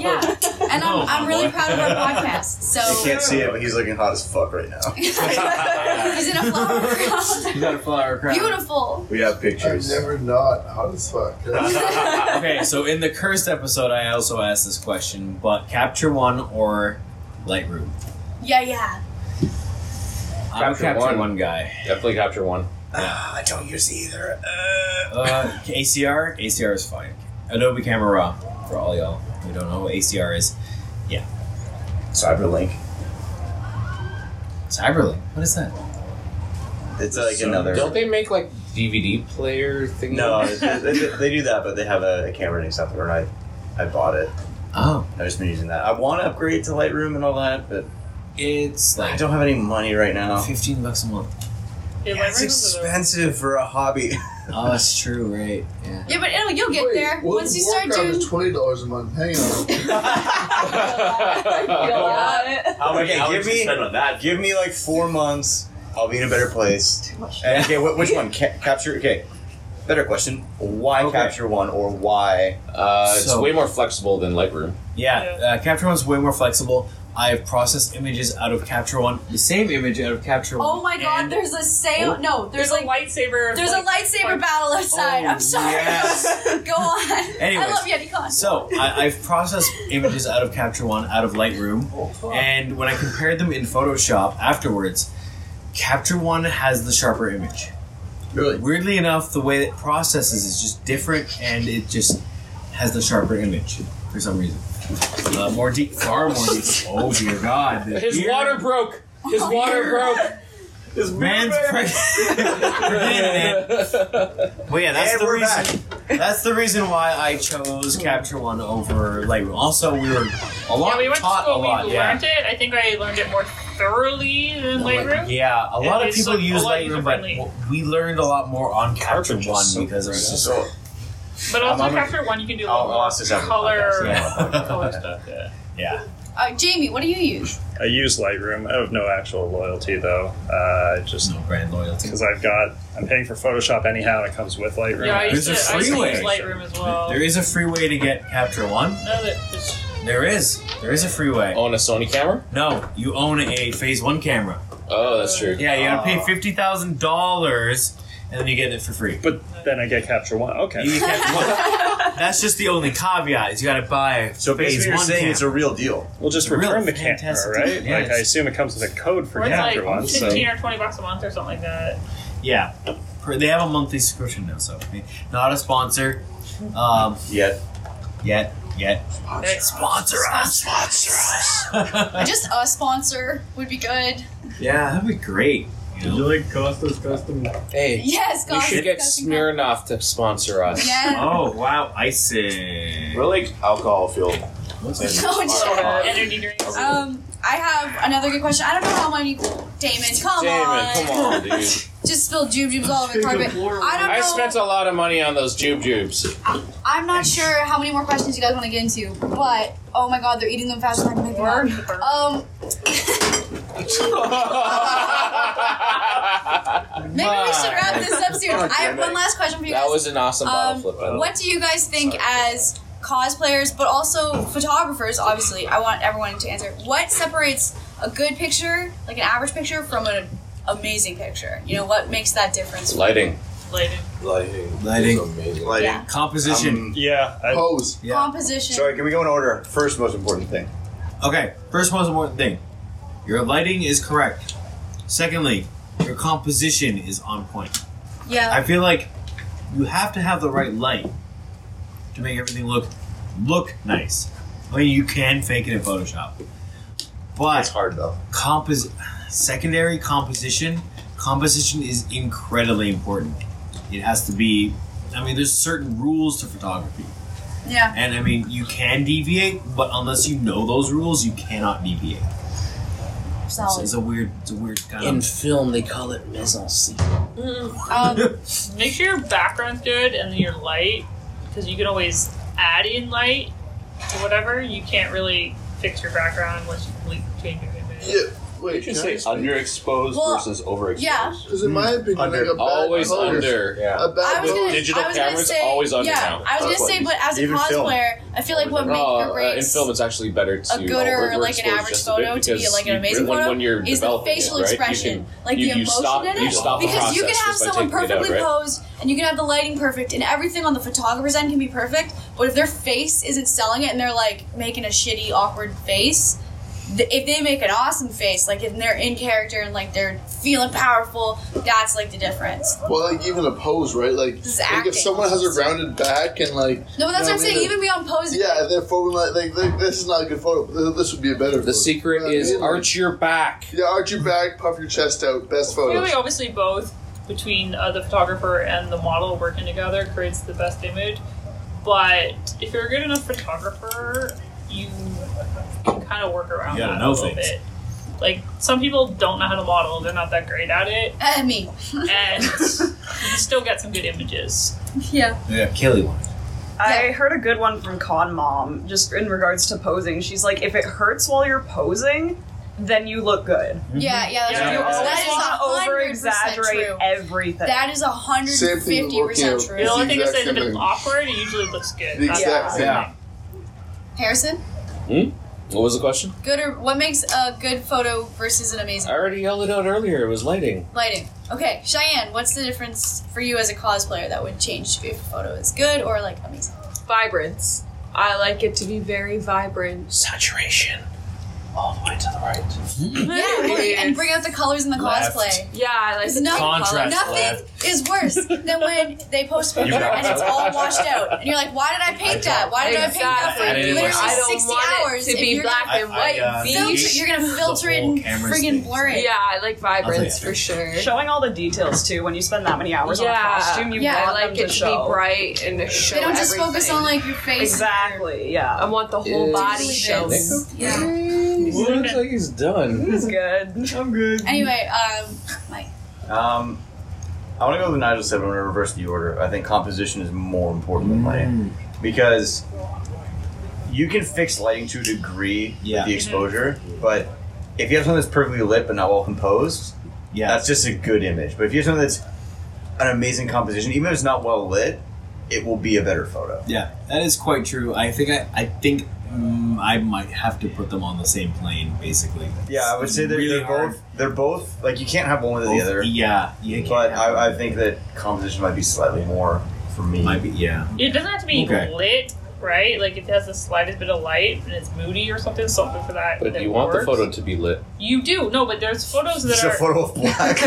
[SPEAKER 3] Yeah, and I'm,
[SPEAKER 2] Oh,
[SPEAKER 3] I'm really
[SPEAKER 2] boy.
[SPEAKER 3] proud of our podcast. So
[SPEAKER 4] You can't see it, but he's looking hot as fuck right now.
[SPEAKER 3] he's in a flower crown.
[SPEAKER 2] You got a flower crown.
[SPEAKER 3] Beautiful.
[SPEAKER 4] We have
[SPEAKER 10] I'm
[SPEAKER 4] pictures.
[SPEAKER 10] never not hot as fuck.
[SPEAKER 4] Ah,
[SPEAKER 2] Ah, okay, so in the cursed episode, I also asked this question, but Capture One or Lightroom?
[SPEAKER 3] Yeah, yeah.
[SPEAKER 2] I'm a
[SPEAKER 11] Capture
[SPEAKER 2] Capture
[SPEAKER 11] One.
[SPEAKER 2] One, guy.
[SPEAKER 11] Definitely capture one.
[SPEAKER 4] Ah, I don't use either.
[SPEAKER 2] Uh, ACR? ACR is fine. Adobe Camera Raw, for all y'all who don't know what ACR is.
[SPEAKER 4] Cyberlink.
[SPEAKER 2] Cyberlink. What is that?
[SPEAKER 4] It's like
[SPEAKER 2] So
[SPEAKER 4] another.
[SPEAKER 11] Don't they make like DVD player thing?
[SPEAKER 4] No, they, they, they do that, but they have a, a camera and stuff. And I, I bought it.
[SPEAKER 2] Oh.
[SPEAKER 4] I've just been using that. I want to upgrade to Lightroom and all that, but
[SPEAKER 2] It's
[SPEAKER 4] I
[SPEAKER 2] like
[SPEAKER 4] don't have any money right now.
[SPEAKER 2] 15 bucks a month.
[SPEAKER 6] Yeah,
[SPEAKER 4] Yeah, it's
[SPEAKER 6] libraries are the-
[SPEAKER 4] expensive for a hobby.
[SPEAKER 2] Oh, that's true, right? Yeah.
[SPEAKER 3] Yeah, but it'll, you'll get
[SPEAKER 10] Wait,
[SPEAKER 3] there
[SPEAKER 10] World
[SPEAKER 3] once
[SPEAKER 10] of
[SPEAKER 3] you start
[SPEAKER 10] Warcraft
[SPEAKER 3] doing.
[SPEAKER 10] is twenty dollars a month. Hang on.
[SPEAKER 7] How many
[SPEAKER 4] Okay,
[SPEAKER 7] hours
[SPEAKER 4] give
[SPEAKER 7] you
[SPEAKER 4] me-
[SPEAKER 7] spend on that?
[SPEAKER 4] Give me like four months. I'll be in a better place.
[SPEAKER 8] much.
[SPEAKER 4] And, okay, wh- which one? Ca- capture. Okay, better question. Why
[SPEAKER 2] Okay.
[SPEAKER 4] capture one or why?
[SPEAKER 11] Uh, it's
[SPEAKER 2] So-
[SPEAKER 11] way more flexible than Lightroom.
[SPEAKER 2] Yeah,
[SPEAKER 6] Yeah.
[SPEAKER 2] Uh, Capture One's way more flexible. I have processed images out of Capture One, the same image out of Capture One.
[SPEAKER 3] Oh my god,
[SPEAKER 2] and-
[SPEAKER 3] there's a
[SPEAKER 2] Oh.
[SPEAKER 3] sale. No, there's
[SPEAKER 6] There's a
[SPEAKER 3] like
[SPEAKER 6] lightsaber.
[SPEAKER 3] there's a lightsaber battle outside.
[SPEAKER 2] Oh,
[SPEAKER 3] I'm sorry.
[SPEAKER 2] yes.
[SPEAKER 3] Go on.
[SPEAKER 2] Anyways.
[SPEAKER 3] I love Yeti Con.
[SPEAKER 2] So I, I've processed images out of Capture One, out of Lightroom, and when I compared them in Photoshop afterwards, Capture One has the sharper image.
[SPEAKER 4] Really?
[SPEAKER 2] Weirdly enough, the way it processes is just different, and it just has the sharper image for some reason. Uh, more deep, far more deep. Oh dear God! the
[SPEAKER 11] His
[SPEAKER 2] beer-
[SPEAKER 11] water broke.
[SPEAKER 5] His
[SPEAKER 9] Oh,
[SPEAKER 5] water broke. His
[SPEAKER 2] man's Well, yeah, that's
[SPEAKER 7] And
[SPEAKER 2] the
[SPEAKER 7] we're
[SPEAKER 2] reason. That's the reason why I chose Capture One over Lightroom. Also, we were a lot
[SPEAKER 6] yeah, we went
[SPEAKER 2] taught
[SPEAKER 6] to
[SPEAKER 2] a
[SPEAKER 6] school.
[SPEAKER 2] lot.
[SPEAKER 6] we
[SPEAKER 2] yeah, Oh
[SPEAKER 6] learned it. I think I learned it more thoroughly than Lightroom.
[SPEAKER 2] yeah. A
[SPEAKER 6] And
[SPEAKER 2] lot of
[SPEAKER 6] it's,
[SPEAKER 2] people
[SPEAKER 6] like, a
[SPEAKER 2] use
[SPEAKER 6] lot
[SPEAKER 2] Lightroom, but
[SPEAKER 6] user-friendly.
[SPEAKER 2] w- we learned a lot more on Capture One because it was just so.
[SPEAKER 6] But also
[SPEAKER 2] I'm- I'm-
[SPEAKER 6] Capture One, you can do a
[SPEAKER 2] I'll-
[SPEAKER 6] lot
[SPEAKER 2] I'll
[SPEAKER 6] more
[SPEAKER 2] ask this after the
[SPEAKER 6] color,
[SPEAKER 2] podcast,
[SPEAKER 6] color stuff. Yeah.
[SPEAKER 2] Yeah.
[SPEAKER 3] Uh, Jamie, what do you use?
[SPEAKER 5] I use Lightroom. I have no actual loyalty though. Uh, just
[SPEAKER 2] no brand loyalty
[SPEAKER 5] because I've got. I'm paying for Photoshop anyhow, and it comes with Lightroom.
[SPEAKER 6] Yeah, I
[SPEAKER 2] There's
[SPEAKER 6] used,
[SPEAKER 2] a
[SPEAKER 6] to, I used to
[SPEAKER 2] freeway.
[SPEAKER 6] use Lightroom as well.
[SPEAKER 2] There is a free way to get Capture One.
[SPEAKER 6] No, that it's,
[SPEAKER 2] There is. There is a free way.
[SPEAKER 11] Own Oh, a Sony camera?
[SPEAKER 2] No, you own a Phase One camera.
[SPEAKER 11] Oh, that's true.
[SPEAKER 2] Yeah, you gotta
[SPEAKER 7] Ah.
[SPEAKER 2] pay fifty thousand dollars, and then you get it for free.
[SPEAKER 5] But then I get Capture One. Okay.
[SPEAKER 2] You get Capture One. That's just the only caveat. Is you gotta buy.
[SPEAKER 5] So
[SPEAKER 2] Phase
[SPEAKER 5] basically you're
[SPEAKER 2] One
[SPEAKER 5] saying
[SPEAKER 2] camera.
[SPEAKER 5] it's a
[SPEAKER 7] real deal.
[SPEAKER 5] We'll just
[SPEAKER 2] It's a real
[SPEAKER 5] return the
[SPEAKER 2] fantastic
[SPEAKER 5] camera,
[SPEAKER 2] deal.
[SPEAKER 5] right?
[SPEAKER 2] Yeah,
[SPEAKER 5] like I
[SPEAKER 2] it's-
[SPEAKER 5] assume it comes with a code for
[SPEAKER 6] or it's
[SPEAKER 5] Capture
[SPEAKER 6] like
[SPEAKER 5] One. so-
[SPEAKER 6] fifteen or twenty bucks a month or something like that.
[SPEAKER 2] Yeah, Per- they have a monthly subscription now, so not a sponsor. Um,
[SPEAKER 7] yet,
[SPEAKER 2] yet, yet.
[SPEAKER 6] Sponsor,
[SPEAKER 2] us. Sponsor us.
[SPEAKER 3] Just a sponsor would be good.
[SPEAKER 2] yeah, that'd be great. You
[SPEAKER 12] Did
[SPEAKER 2] know?
[SPEAKER 12] you like Costa's custom?
[SPEAKER 11] Hey,
[SPEAKER 3] Yes,
[SPEAKER 11] we
[SPEAKER 3] guys,
[SPEAKER 11] should get
[SPEAKER 3] guys,
[SPEAKER 11] Smirnoff to sponsor us.
[SPEAKER 3] Yeah.
[SPEAKER 2] Oh wow, icing.
[SPEAKER 7] We're like alcohol fueled.
[SPEAKER 3] Oh, shut up.
[SPEAKER 6] Energy drinks.
[SPEAKER 3] Um, I have another good question. I don't know how many. Damon, come on.
[SPEAKER 11] Damon, come on, dude.
[SPEAKER 3] Just spilled jube jubes all over the carpet. I don't know.
[SPEAKER 11] I spent a lot of money on those jube jubes.
[SPEAKER 3] I'm not sure how many more questions you guys want to get into, but oh my god, they're eating them faster than I can make them up. Um, maybe we should wrap this up soon. I have one last question for you
[SPEAKER 11] That
[SPEAKER 3] guys.
[SPEAKER 11] was an awesome
[SPEAKER 3] Um,
[SPEAKER 11] bottle flip. By the way.
[SPEAKER 3] What do you guys think as cosplayers, but also photographers? Obviously, I want everyone to answer. What separates a good picture, like an average picture, from an amazing picture? You know, what makes that difference?
[SPEAKER 11] Lighting.
[SPEAKER 6] Lighting.
[SPEAKER 7] Lighting.
[SPEAKER 2] Lighting. Um,
[SPEAKER 7] Lighting.
[SPEAKER 3] Yeah.
[SPEAKER 2] Composition.
[SPEAKER 5] yeah.
[SPEAKER 7] Pose.
[SPEAKER 3] Composition.
[SPEAKER 7] Sorry, can we go in order? First most important thing.
[SPEAKER 2] Okay, first most important thing. Your lighting is correct. Secondly, your composition is on point.
[SPEAKER 3] Yeah.
[SPEAKER 2] I feel like you have to have the right light to make everything look look nice. I mean, you can fake it in Photoshop, but it's
[SPEAKER 7] hard though.
[SPEAKER 2] Compos- secondary composition, composition is incredibly important. It has to be. I mean, there's certain rules to photography,
[SPEAKER 3] yeah.
[SPEAKER 2] and I mean, you can deviate, but unless you know those rules, you cannot deviate. It's,
[SPEAKER 3] Solid.
[SPEAKER 2] it's a weird, it's a weird kind
[SPEAKER 11] In
[SPEAKER 2] of
[SPEAKER 11] film, they call it mise en scene.
[SPEAKER 3] Um,
[SPEAKER 6] Make sure your background's good and your light, because you can always add in light or whatever. You can't really fix your background unless you completely change your image.
[SPEAKER 10] Wait,
[SPEAKER 11] You should
[SPEAKER 10] can
[SPEAKER 11] say
[SPEAKER 10] I explain?
[SPEAKER 11] underexposed
[SPEAKER 3] Well,
[SPEAKER 11] versus overexposed.
[SPEAKER 3] yeah.
[SPEAKER 10] Because
[SPEAKER 4] Hmm.
[SPEAKER 10] in my opinion,
[SPEAKER 11] Under-
[SPEAKER 10] like a bad
[SPEAKER 11] always
[SPEAKER 10] color-
[SPEAKER 11] under.
[SPEAKER 10] A
[SPEAKER 11] Yeah.
[SPEAKER 3] I
[SPEAKER 10] bad
[SPEAKER 3] was
[SPEAKER 10] color-
[SPEAKER 3] gonna,
[SPEAKER 11] Digital
[SPEAKER 3] I was gonna
[SPEAKER 11] cameras
[SPEAKER 3] say,
[SPEAKER 11] always under
[SPEAKER 3] yeah, I
[SPEAKER 11] now.
[SPEAKER 3] was
[SPEAKER 11] That's
[SPEAKER 3] gonna
[SPEAKER 11] what
[SPEAKER 3] say,
[SPEAKER 11] it
[SPEAKER 3] but as a
[SPEAKER 11] Even film.
[SPEAKER 3] cosplayer, I feel like what makes or
[SPEAKER 11] Oh, uh, in
[SPEAKER 3] breaks
[SPEAKER 11] film, it's actually better to
[SPEAKER 3] a good or like an
[SPEAKER 11] overexpose
[SPEAKER 3] average
[SPEAKER 11] just a bit
[SPEAKER 3] photo to be
[SPEAKER 11] because
[SPEAKER 3] like
[SPEAKER 11] you-
[SPEAKER 3] an amazing
[SPEAKER 11] when,
[SPEAKER 3] photo
[SPEAKER 11] when you're
[SPEAKER 3] is the
[SPEAKER 11] developing
[SPEAKER 3] facial
[SPEAKER 11] it, right? You
[SPEAKER 3] expression,
[SPEAKER 11] can-
[SPEAKER 3] like
[SPEAKER 11] you-
[SPEAKER 3] the
[SPEAKER 11] you
[SPEAKER 3] emotion
[SPEAKER 11] stop-
[SPEAKER 3] in it.
[SPEAKER 11] you stop the
[SPEAKER 3] because you can
[SPEAKER 11] process
[SPEAKER 3] have
[SPEAKER 11] just by
[SPEAKER 3] someone
[SPEAKER 11] taking it out,
[SPEAKER 3] perfectly
[SPEAKER 11] right?
[SPEAKER 3] posed and you can have the lighting perfect and everything on the photographer's end can be perfect, but if their face isn't selling it and they're like making a shitty, awkward face, th- if they make an awesome face, like if they're in character and like they're feeling powerful, that's like the difference.
[SPEAKER 10] Well, like even a pose, right? Like,
[SPEAKER 3] This is
[SPEAKER 10] like
[SPEAKER 3] acting.
[SPEAKER 10] if someone has a rounded back and like.
[SPEAKER 3] No,
[SPEAKER 10] you know
[SPEAKER 3] but that's what I'm saying.
[SPEAKER 10] I mean?
[SPEAKER 3] Even beyond posing,
[SPEAKER 10] Yeah, their photo like, like, like this is not a good photo. Th- This would be a better.
[SPEAKER 11] The secret is arch your back.
[SPEAKER 10] Yeah, arch your back, puff your chest out. Best
[SPEAKER 6] I feel
[SPEAKER 10] photos.
[SPEAKER 6] like obviously both between uh, the photographer and the model working together creates the best image. But if you're a good enough photographer, you can kind of work around
[SPEAKER 2] You gotta
[SPEAKER 6] that
[SPEAKER 2] know
[SPEAKER 6] a little
[SPEAKER 2] things.
[SPEAKER 6] bit. Like some people don't know how to model; they're not that great at it,
[SPEAKER 3] I mean,
[SPEAKER 6] and you still get some good images.
[SPEAKER 3] yeah.
[SPEAKER 2] yeah, Kelly one.
[SPEAKER 8] I heard a good one from Con Mom, just in regards to posing. She's like, if it hurts while you're posing, then you look good.
[SPEAKER 10] Mm-hmm.
[SPEAKER 3] Yeah, yeah, that's
[SPEAKER 8] So
[SPEAKER 3] right.
[SPEAKER 8] you
[SPEAKER 3] That
[SPEAKER 8] always
[SPEAKER 3] is
[SPEAKER 8] want to over
[SPEAKER 3] 100%
[SPEAKER 8] exaggerate
[SPEAKER 3] true.
[SPEAKER 8] everything.
[SPEAKER 3] That is
[SPEAKER 10] Same thing with
[SPEAKER 3] 150
[SPEAKER 10] working
[SPEAKER 3] percent
[SPEAKER 10] out.
[SPEAKER 3] true.
[SPEAKER 6] The only thing to
[SPEAKER 10] exact
[SPEAKER 6] say that
[SPEAKER 10] same
[SPEAKER 6] if it's
[SPEAKER 10] thing.
[SPEAKER 6] awkward, it usually looks good.
[SPEAKER 10] The
[SPEAKER 6] That's
[SPEAKER 10] exact
[SPEAKER 6] all.
[SPEAKER 10] same.
[SPEAKER 2] Yeah.
[SPEAKER 3] Harrison,
[SPEAKER 11] Hmm? What was the question?
[SPEAKER 3] good or what makes a good photo versus an amazing
[SPEAKER 11] I already yelled it out earlier. It was lighting.
[SPEAKER 3] lighting? Okay, Cheyenne, what's the difference for you as a cosplayer that would change if a photo is good or like amazing?
[SPEAKER 9] Vibrance. I like it to be very vibrant.
[SPEAKER 11] Saturation.
[SPEAKER 7] all the way to the right.
[SPEAKER 3] Yeah, bring, and bring out the colors in the
[SPEAKER 7] Left.
[SPEAKER 3] cosplay.
[SPEAKER 9] Yeah, I like
[SPEAKER 3] nothing,
[SPEAKER 7] Contrast
[SPEAKER 3] nothing
[SPEAKER 7] left.
[SPEAKER 3] is worse than when they post
[SPEAKER 7] You
[SPEAKER 3] a picture
[SPEAKER 7] got
[SPEAKER 3] and it's
[SPEAKER 7] it.
[SPEAKER 3] all washed out, and you're like, "Why did I paint that? Why did
[SPEAKER 9] Exactly.
[SPEAKER 3] I
[SPEAKER 7] I
[SPEAKER 3] paint
[SPEAKER 7] didn't
[SPEAKER 3] that
[SPEAKER 7] want-
[SPEAKER 3] for
[SPEAKER 7] I
[SPEAKER 3] literally
[SPEAKER 9] don't
[SPEAKER 3] 60
[SPEAKER 9] want it
[SPEAKER 3] hours?"
[SPEAKER 9] to
[SPEAKER 3] if
[SPEAKER 9] be
[SPEAKER 3] you're
[SPEAKER 9] black
[SPEAKER 3] gonna
[SPEAKER 9] and white,
[SPEAKER 2] uh,
[SPEAKER 9] beige.
[SPEAKER 3] filter, you're gonna filter it and
[SPEAKER 2] cameras
[SPEAKER 3] friggin'
[SPEAKER 2] thing.
[SPEAKER 3] blur it.
[SPEAKER 9] Yeah, I like vibrance for sure.
[SPEAKER 8] Showing all the details too when you spend that many hours on
[SPEAKER 9] Yeah.
[SPEAKER 8] a costume, you
[SPEAKER 9] Yeah, I
[SPEAKER 8] want
[SPEAKER 9] like
[SPEAKER 8] them
[SPEAKER 9] it to be
[SPEAKER 8] show.
[SPEAKER 9] bright and to show
[SPEAKER 3] They don't just focus
[SPEAKER 9] everything.
[SPEAKER 3] on like your face.
[SPEAKER 8] Exactly, yeah.
[SPEAKER 9] I want the whole body shown.
[SPEAKER 3] Yeah.
[SPEAKER 7] looks like he's done.
[SPEAKER 8] It's good.
[SPEAKER 7] I'm good.
[SPEAKER 3] Anyway, um, Mike.
[SPEAKER 4] Um, I want to go with Nigel said. I'm going to reverse the order. I think composition is more important than
[SPEAKER 2] Mm.
[SPEAKER 4] lighting because you can fix lighting to a degree
[SPEAKER 2] Yeah.
[SPEAKER 4] with the exposure, but if you have something that's perfectly lit but not well composed,
[SPEAKER 2] Yeah.
[SPEAKER 4] that's just a good image. But if you have something that's an amazing composition, even if it's not well lit, it will be a better photo.
[SPEAKER 2] Yeah, that is quite true. I think I, I think mm, I might have to put them on the same plane, basically.
[SPEAKER 4] Yeah, I would say they're,
[SPEAKER 2] Really
[SPEAKER 4] they're
[SPEAKER 2] hard.
[SPEAKER 4] both they're both like you can't have one without the other.
[SPEAKER 2] Yeah, you
[SPEAKER 4] But
[SPEAKER 2] can't have
[SPEAKER 4] I, I think that composition might be slightly more for me.
[SPEAKER 2] might be yeah.
[SPEAKER 6] It doesn't have to be
[SPEAKER 2] Okay.
[SPEAKER 6] lit, right? Like if it has the slightest bit of light and it's moody or something, something for that.
[SPEAKER 11] But
[SPEAKER 6] that
[SPEAKER 11] you want the
[SPEAKER 6] works.
[SPEAKER 11] photo to be lit.
[SPEAKER 6] You do no, but there's photos that
[SPEAKER 4] It's a
[SPEAKER 6] are
[SPEAKER 4] photo of black.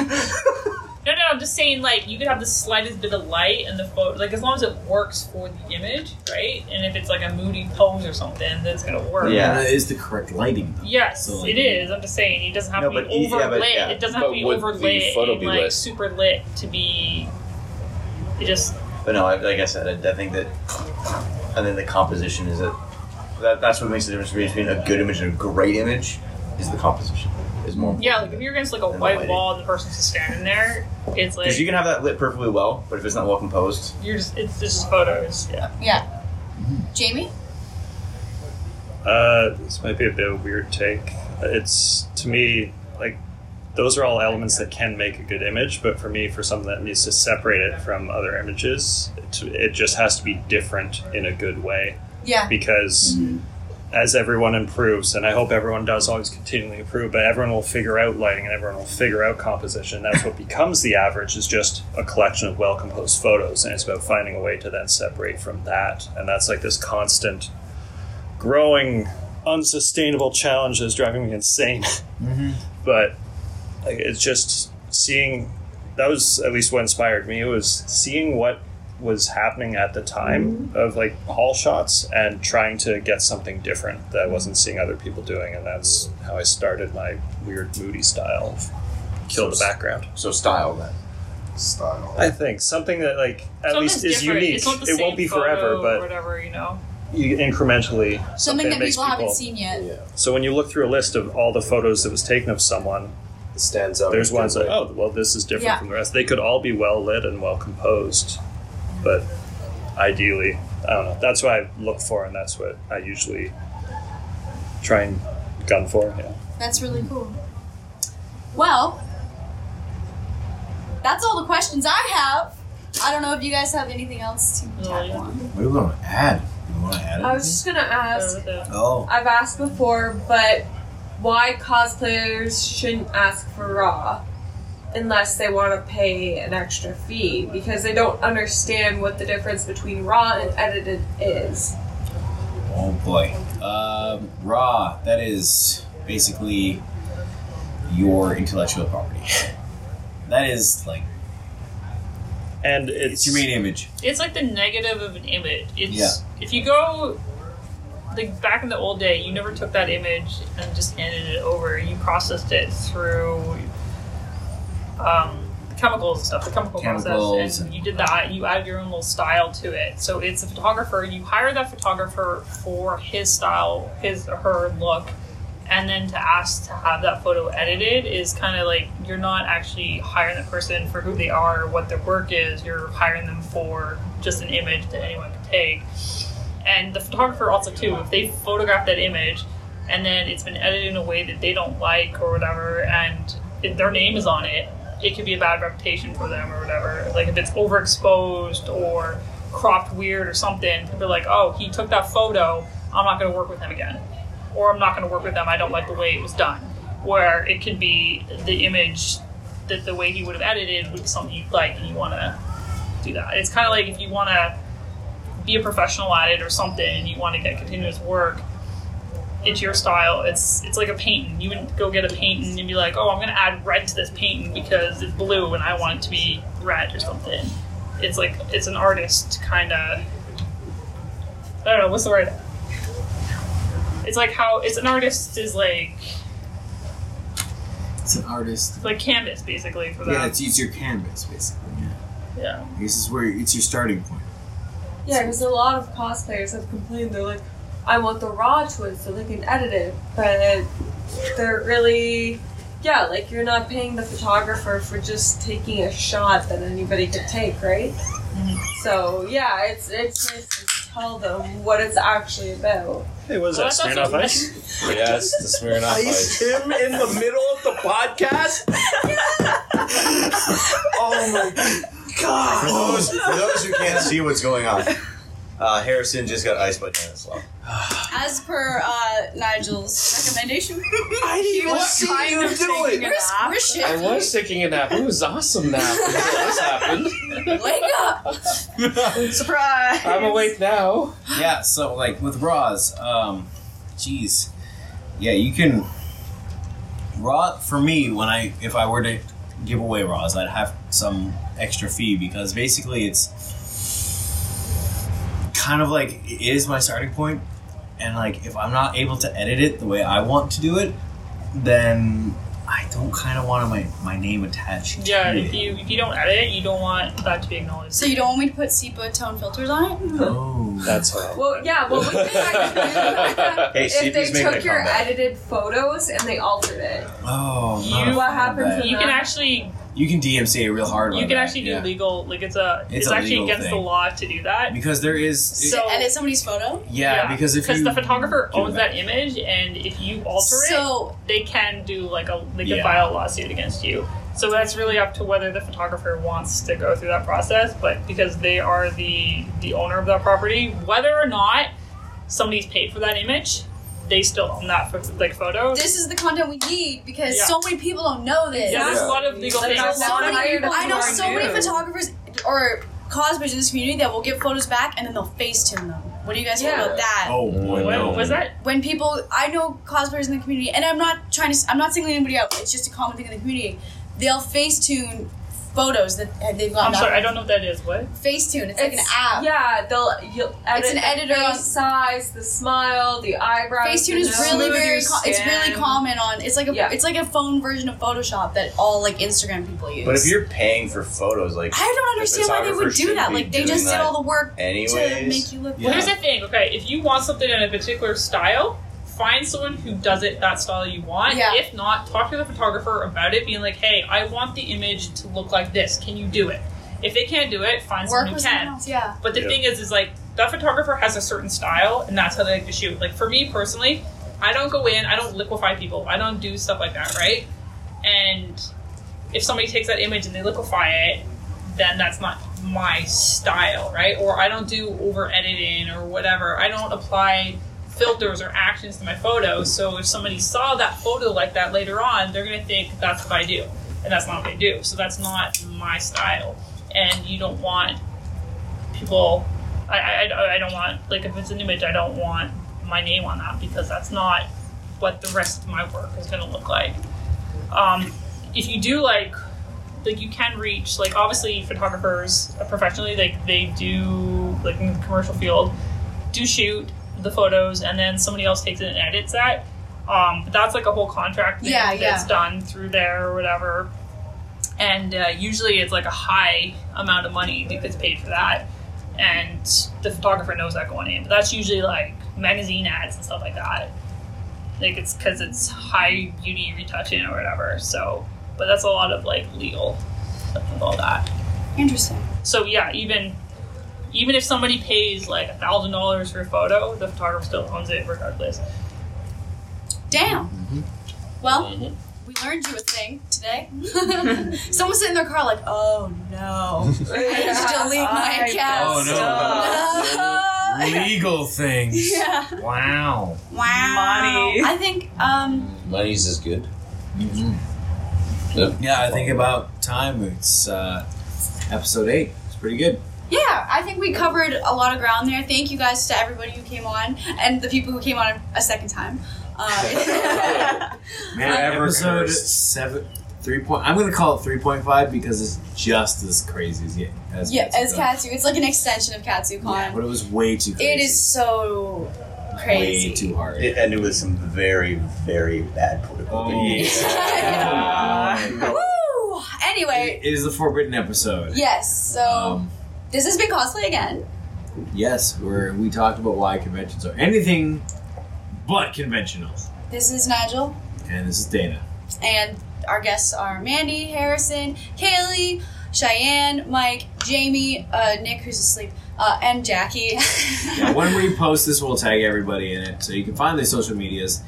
[SPEAKER 6] no, no. I'm just saying, like you could have the slightest bit of light and the photo, like as long as it works for the image, right? And if it's like a moody pose or something, that's gonna work.
[SPEAKER 4] Yeah.
[SPEAKER 2] that is the correct lighting. Though.
[SPEAKER 6] Yes,
[SPEAKER 2] So, like,
[SPEAKER 6] it is. I'm just saying, it doesn't have
[SPEAKER 4] No,
[SPEAKER 6] to
[SPEAKER 4] but
[SPEAKER 6] be
[SPEAKER 4] e- yeah,
[SPEAKER 6] overlit.
[SPEAKER 4] but yeah.
[SPEAKER 6] It doesn't have
[SPEAKER 11] But
[SPEAKER 6] to be
[SPEAKER 11] would the
[SPEAKER 6] overlit
[SPEAKER 11] photo
[SPEAKER 6] and
[SPEAKER 11] be
[SPEAKER 6] like
[SPEAKER 11] lit?
[SPEAKER 6] super lit to be. It just
[SPEAKER 4] But no, I- like I said, I, I think that I think the composition is a that, that's what makes the difference between a good image and a great image is the composition. Is more
[SPEAKER 6] yeah, like if you're against like a
[SPEAKER 4] And the
[SPEAKER 6] white
[SPEAKER 4] lighting.
[SPEAKER 6] wall and the person's just standing there, it's like
[SPEAKER 4] because you can have that lit perfectly well, but if it's not well composed,
[SPEAKER 6] You're just, it's just photos. Yeah.
[SPEAKER 3] Yeah. Jamie?
[SPEAKER 5] Uh, this might be a bit of a weird take. It's to me like those are all elements that can make a good image, but for me, for something that needs to separate it from other images, it, it just has to be different in a good way
[SPEAKER 3] Yeah.
[SPEAKER 5] because. As everyone improves, and I hope everyone does always continually improve, but everyone will figure out lighting and everyone will figure out composition. That's what becomes the average is just a collection of well composed photos, and it's about finding a way to then separate from that. And that's like this constant growing unsustainable challenge that's driving me insane. but like, it's just seeing that was at least what inspired me was seeing what was happening at the time
[SPEAKER 6] Mm-hmm.
[SPEAKER 5] of like hall shots and trying to get something different that I wasn't seeing other people doing, and that's how I started my weird moody style of kill the background.
[SPEAKER 4] so style then.
[SPEAKER 10] Style.
[SPEAKER 5] I think something that like at
[SPEAKER 6] Something's
[SPEAKER 5] least is
[SPEAKER 6] different.
[SPEAKER 5] unique.
[SPEAKER 6] It's not the
[SPEAKER 5] it
[SPEAKER 6] same
[SPEAKER 5] won't be
[SPEAKER 6] photo
[SPEAKER 5] forever,
[SPEAKER 6] or
[SPEAKER 5] but
[SPEAKER 6] whatever you know.
[SPEAKER 5] you incrementally
[SPEAKER 3] Something that
[SPEAKER 5] makes
[SPEAKER 3] people haven't seen yet.
[SPEAKER 10] Yeah.
[SPEAKER 5] So when you look through a list of all the photos that was taken of someone,
[SPEAKER 7] It stands out.
[SPEAKER 5] there's ones like, oh, well, this is different
[SPEAKER 3] Yeah.
[SPEAKER 5] from the rest. They could all be well lit and well composed, but ideally, I don't know. That's what I look for, and that's what I usually try and gun for. Yeah.
[SPEAKER 3] That's really cool. Well, that's all the questions I have. I don't know if you guys have anything else to tag
[SPEAKER 6] yeah.
[SPEAKER 3] on.
[SPEAKER 2] What do we want to add? Do we want to add?
[SPEAKER 9] Oh, I was just gonna ask.
[SPEAKER 6] Photo.
[SPEAKER 2] oh,
[SPEAKER 9] I've asked before, but why cosplayers shouldn't ask for raw unless they want to pay an extra fee because they don't understand what the difference between raw and edited is.
[SPEAKER 2] oh boy. Um, raw. That is basically your intellectual property. that is like
[SPEAKER 5] And
[SPEAKER 2] it's
[SPEAKER 5] it's,
[SPEAKER 2] your main image.
[SPEAKER 6] It's like the negative of an image. It's
[SPEAKER 2] Yeah.
[SPEAKER 6] if you go like back in the old day, you never took that image and just handed it over. You processed it through um, chemicals and stuff, the chemical
[SPEAKER 2] Chemicals
[SPEAKER 6] process, and
[SPEAKER 2] and-
[SPEAKER 6] you did that. You added your own little style to it. So it's a photographer. You hire that photographer for his style, his or her look. And then to ask to have that photo edited is kind of like you're not actually hiring the person for who they are or what their work is. You're hiring them for just an image that anyone can take. And the photographer also too, if they photograph that image and then it's been edited in a way that they don't like or whatever, and if their name is on it, it could be a bad reputation for them or whatever. Like if it's overexposed or cropped weird or something, people are like, oh, he took that photo. I'm not going to work with him again, or I'm not going to work with them. I don't like the way it was done. Where it could be the image that the way he would have edited would be something you like and you want to do that. It's kind of like if you want to be a professional at it or something and you want to get continuous work, it's your style. It's it's like a painting. You wouldn't go get a painting and be like, oh, I'm gonna add red to this painting because it's blue and I want it to be red or something. It's like it's an artist kind of. I don't know what's the word. It's like how it's an artist is like
[SPEAKER 2] It's an artist.
[SPEAKER 6] like canvas basically for that.
[SPEAKER 2] Yeah, it's, it's your canvas basically. Yeah.
[SPEAKER 6] um, yeah.
[SPEAKER 2] This is where it's your starting point.
[SPEAKER 9] Yeah, because a lot of cosplayers have complained. They're like, I want the raw twist so they can edit it, but they're really, yeah, like you're not paying the photographer for just taking a shot that anybody could take, right? So yeah, it's it's nice to tell them what it's actually about.
[SPEAKER 5] Hey, what is
[SPEAKER 9] Oh,
[SPEAKER 5] that?
[SPEAKER 9] I
[SPEAKER 5] Smirnoff
[SPEAKER 9] thought
[SPEAKER 5] Ice?
[SPEAKER 11] yes, the Smirnoff Ice.
[SPEAKER 7] him in the middle of the podcast? oh my
[SPEAKER 4] For those, for those who can't see what's going on, uh, Harrison just got iced by Stanislav.
[SPEAKER 3] As per uh, Nigel's recommendation, I
[SPEAKER 7] didn't even see you do it.
[SPEAKER 3] We're, we're shit.
[SPEAKER 11] I was taking a nap. It was awesome nap until this happened.
[SPEAKER 3] Wake up!
[SPEAKER 8] Surprise!
[SPEAKER 11] I'm awake now.
[SPEAKER 2] yeah, so like with Raws, um jeez. Yeah, you can Raw for me when I if I were to give away Raws, I'd have some extra fee because basically it's kind of like it is my starting point and like if I'm not able to edit it the way I want to do it, then I don't kind of want my my name attached.
[SPEAKER 6] Yeah,
[SPEAKER 2] to
[SPEAKER 6] if
[SPEAKER 2] it.
[SPEAKER 6] you if you don't edit, you don't want that to be acknowledged.
[SPEAKER 3] So you don't want me to put SEPA tone filters on it?
[SPEAKER 2] Oh.
[SPEAKER 5] That's horrible.
[SPEAKER 9] Well, yeah, what would they actually do
[SPEAKER 4] Hey, see
[SPEAKER 9] if
[SPEAKER 4] if
[SPEAKER 9] they
[SPEAKER 4] he's making a
[SPEAKER 9] took your
[SPEAKER 4] comeback.
[SPEAKER 9] edited photos and they altered it?
[SPEAKER 2] Oh, I'm
[SPEAKER 6] You-
[SPEAKER 2] not a fan
[SPEAKER 9] what
[SPEAKER 2] of
[SPEAKER 9] happens
[SPEAKER 2] that.
[SPEAKER 9] in
[SPEAKER 6] You can actually
[SPEAKER 2] You can DMCA real hard.
[SPEAKER 6] you
[SPEAKER 2] on
[SPEAKER 6] can
[SPEAKER 2] that,
[SPEAKER 6] actually do
[SPEAKER 2] yeah.
[SPEAKER 6] legal like it's a
[SPEAKER 2] It's
[SPEAKER 6] it's,
[SPEAKER 2] a
[SPEAKER 6] actually
[SPEAKER 2] legal
[SPEAKER 6] against the
[SPEAKER 2] thing.
[SPEAKER 6] law to do that.
[SPEAKER 2] because there is.
[SPEAKER 6] So-
[SPEAKER 3] to edit somebody's photo?
[SPEAKER 2] yeah, because if you
[SPEAKER 6] the photographer
[SPEAKER 2] do
[SPEAKER 6] owns that. image and if you alter
[SPEAKER 3] So,
[SPEAKER 6] it, they can do like a they can
[SPEAKER 2] Yeah.
[SPEAKER 6] file a lawsuit against you. So that's really up to whether the photographer wants to go through that process, but because they are the the owner of that property, whether or not somebody's paid for that image, they still own that pho- like photo.
[SPEAKER 3] this is the content we need because
[SPEAKER 6] Yeah.
[SPEAKER 3] so many people don't know this.
[SPEAKER 6] yeah, there's a lot of legal
[SPEAKER 9] Like,
[SPEAKER 6] things.
[SPEAKER 9] that's
[SPEAKER 3] So
[SPEAKER 9] not
[SPEAKER 3] many-
[SPEAKER 9] hired
[SPEAKER 3] I know so
[SPEAKER 9] online
[SPEAKER 3] many
[SPEAKER 9] news.
[SPEAKER 3] photographers or cosplayers in this community that will get photos back and then they'll Facetune them. What do you guys think
[SPEAKER 9] Yeah.
[SPEAKER 3] about that?
[SPEAKER 2] Oh boy,
[SPEAKER 6] What
[SPEAKER 2] no.
[SPEAKER 6] was that?
[SPEAKER 3] when people I know cosplayers in the community, and I'm not trying to I'm not singling anybody out. It's just a common thing in the community. They'll Facetune photos that they've gotten.
[SPEAKER 6] I'm sorry, I don't know what that is. What?
[SPEAKER 3] Facetune. It's, like an app.
[SPEAKER 9] Yeah, they'll you'll edit
[SPEAKER 3] an
[SPEAKER 9] the
[SPEAKER 3] editor on-
[SPEAKER 9] face size, the smile, the eyebrows.
[SPEAKER 3] Facetune
[SPEAKER 9] the
[SPEAKER 3] is
[SPEAKER 9] nose,
[SPEAKER 3] really
[SPEAKER 9] your
[SPEAKER 3] very co- it's really
[SPEAKER 9] skin.
[SPEAKER 3] common on it's like a
[SPEAKER 9] Yeah.
[SPEAKER 3] it's like a phone version of Photoshop that all like Instagram people use.
[SPEAKER 4] But if you're paying for photos, like
[SPEAKER 3] I don't understand why they would do that. Like they just did all the work to make
[SPEAKER 4] Anyways,
[SPEAKER 3] you look.
[SPEAKER 4] Yeah.
[SPEAKER 6] Here's the thing, okay? If you want something in a particular style, find someone who does it that style you want.
[SPEAKER 3] Yeah.
[SPEAKER 6] If not, talk to the photographer about it, being like, hey, I want the image to look like this. Can you do it? If they can't do it, find
[SPEAKER 3] Work
[SPEAKER 6] someone who
[SPEAKER 3] with
[SPEAKER 6] can.
[SPEAKER 3] someone else. Yeah.
[SPEAKER 6] But the
[SPEAKER 5] Yeah.
[SPEAKER 6] thing is, is like that photographer has a certain style, and that's how they like to shoot. Like for me personally, I don't go in, I don't liquefy people, I don't do stuff like that, right? And if somebody takes that image and they liquefy it, then that's not my style, right? Or I don't do over editing or whatever. I don't apply filters or actions to my photos. So if somebody saw that photo like that later on, they're gonna think that's what I do, and that's not what I do. So that's not my style, and you don't want people. I, I- I, I don't want like if it's an image, I don't want my name on that because that's not what the rest of my work is going to look like. Um, if you do like like you can reach like obviously photographers professionally like they do like in the commercial field do shoot the photos and then somebody else takes it and edits that. Um, but that's like a whole contract thing
[SPEAKER 3] Yeah, yeah.
[SPEAKER 6] that's done through there or whatever. And uh, usually it's like a high amount of money that gets paid for that. And the photographer knows that going in. But that's usually like magazine ads and stuff like that. Like it's because it's high beauty retouching or whatever. So, but that's a lot of like legal stuff with all that.
[SPEAKER 3] Interesting.
[SPEAKER 6] So yeah, even even if somebody pays like a thousand dollars for a photo, the photographer still owns it regardless.
[SPEAKER 3] Damn. Well, we learned you a thing today. Someone's sitting in their car like, oh no. I need to delete my
[SPEAKER 8] I-
[SPEAKER 3] account.
[SPEAKER 2] Oh,
[SPEAKER 3] no.
[SPEAKER 2] legal things.
[SPEAKER 3] yeah.
[SPEAKER 2] Wow.
[SPEAKER 3] Wow.
[SPEAKER 8] Money.
[SPEAKER 3] I think um
[SPEAKER 11] Money's is good.
[SPEAKER 2] Mm-hmm. Yeah, I think about time. It's uh, episode eight. It's pretty good.
[SPEAKER 3] Yeah, I think we covered a lot of ground there. Thank you guys to everybody who came on and the people who came on a second time. Uh,
[SPEAKER 2] Man, episode seven, three point. I'm gonna call it three point five because it's just as crazy as yeah. As
[SPEAKER 3] yeah, as
[SPEAKER 2] Katsuko.
[SPEAKER 3] Katsu, it's like an extension of Katsu Con.
[SPEAKER 2] but it was way too
[SPEAKER 3] it is so crazy.
[SPEAKER 2] way too hard.
[SPEAKER 4] It ended with some very, very bad
[SPEAKER 2] Oh.
[SPEAKER 4] political.
[SPEAKER 3] Woo! Anyway,
[SPEAKER 2] It is the forbidden episode.
[SPEAKER 3] yes. So
[SPEAKER 2] Um,
[SPEAKER 3] this has been cosplay again.
[SPEAKER 2] Yes, where we talked about why conventions are anything but conventional.
[SPEAKER 3] This is Nigel,
[SPEAKER 2] And this is Dana.
[SPEAKER 3] and our guests are Mandy, Harrison, Kaylee, Cheyenne, Mike, Jamie, uh, Nick, who's asleep, uh, and Jackie.
[SPEAKER 2] Yeah, when we post this, we'll tag everybody in it, so you can find their social medias.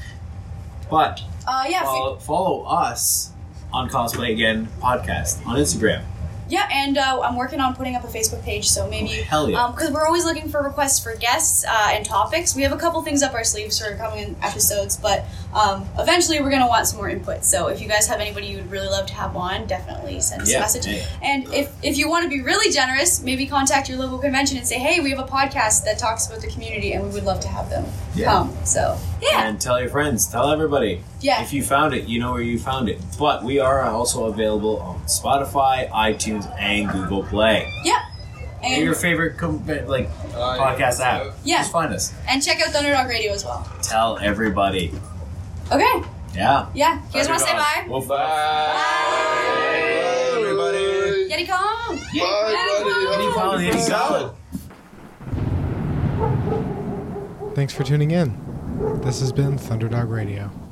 [SPEAKER 2] But
[SPEAKER 3] uh, yeah, fe-
[SPEAKER 2] follow, follow us on Cosplay Again podcast on Instagram.
[SPEAKER 3] Yeah, and uh, I'm working on putting up a Facebook page, so maybe
[SPEAKER 2] Oh, hell yeah.
[SPEAKER 3] because we're always looking for requests for guests uh, and topics. We have a couple things up our sleeves for coming episodes, but um, eventually we're gonna want some more input. So if you guys have anybody you would really love to have on, definitely send us
[SPEAKER 2] Yeah,
[SPEAKER 3] a message.
[SPEAKER 2] yeah.
[SPEAKER 3] And if if you want to be really generous, maybe contact your local convention and say, hey, we have a podcast that talks about the community, and we would love to have them
[SPEAKER 2] Yeah.
[SPEAKER 3] come. So yeah,
[SPEAKER 2] And tell your friends, tell everybody.
[SPEAKER 3] Yeah.
[SPEAKER 2] If you found it, you know where you found it. But we are also available on Spotify, iTunes, and Google Play.
[SPEAKER 3] yeah,
[SPEAKER 2] And your
[SPEAKER 3] and
[SPEAKER 2] favorite com- like podcast app.
[SPEAKER 3] Yeah.
[SPEAKER 2] Just find us.
[SPEAKER 3] and check out Thunderdog Radio as well.
[SPEAKER 2] Tell everybody.
[SPEAKER 3] Okay,
[SPEAKER 2] Yeah.
[SPEAKER 3] yeah, you guys want to say bye?
[SPEAKER 2] Well,
[SPEAKER 3] Yeti come.
[SPEAKER 2] Bye, buddy.
[SPEAKER 1] Thanks for tuning in. This has been Thunderdog Radio.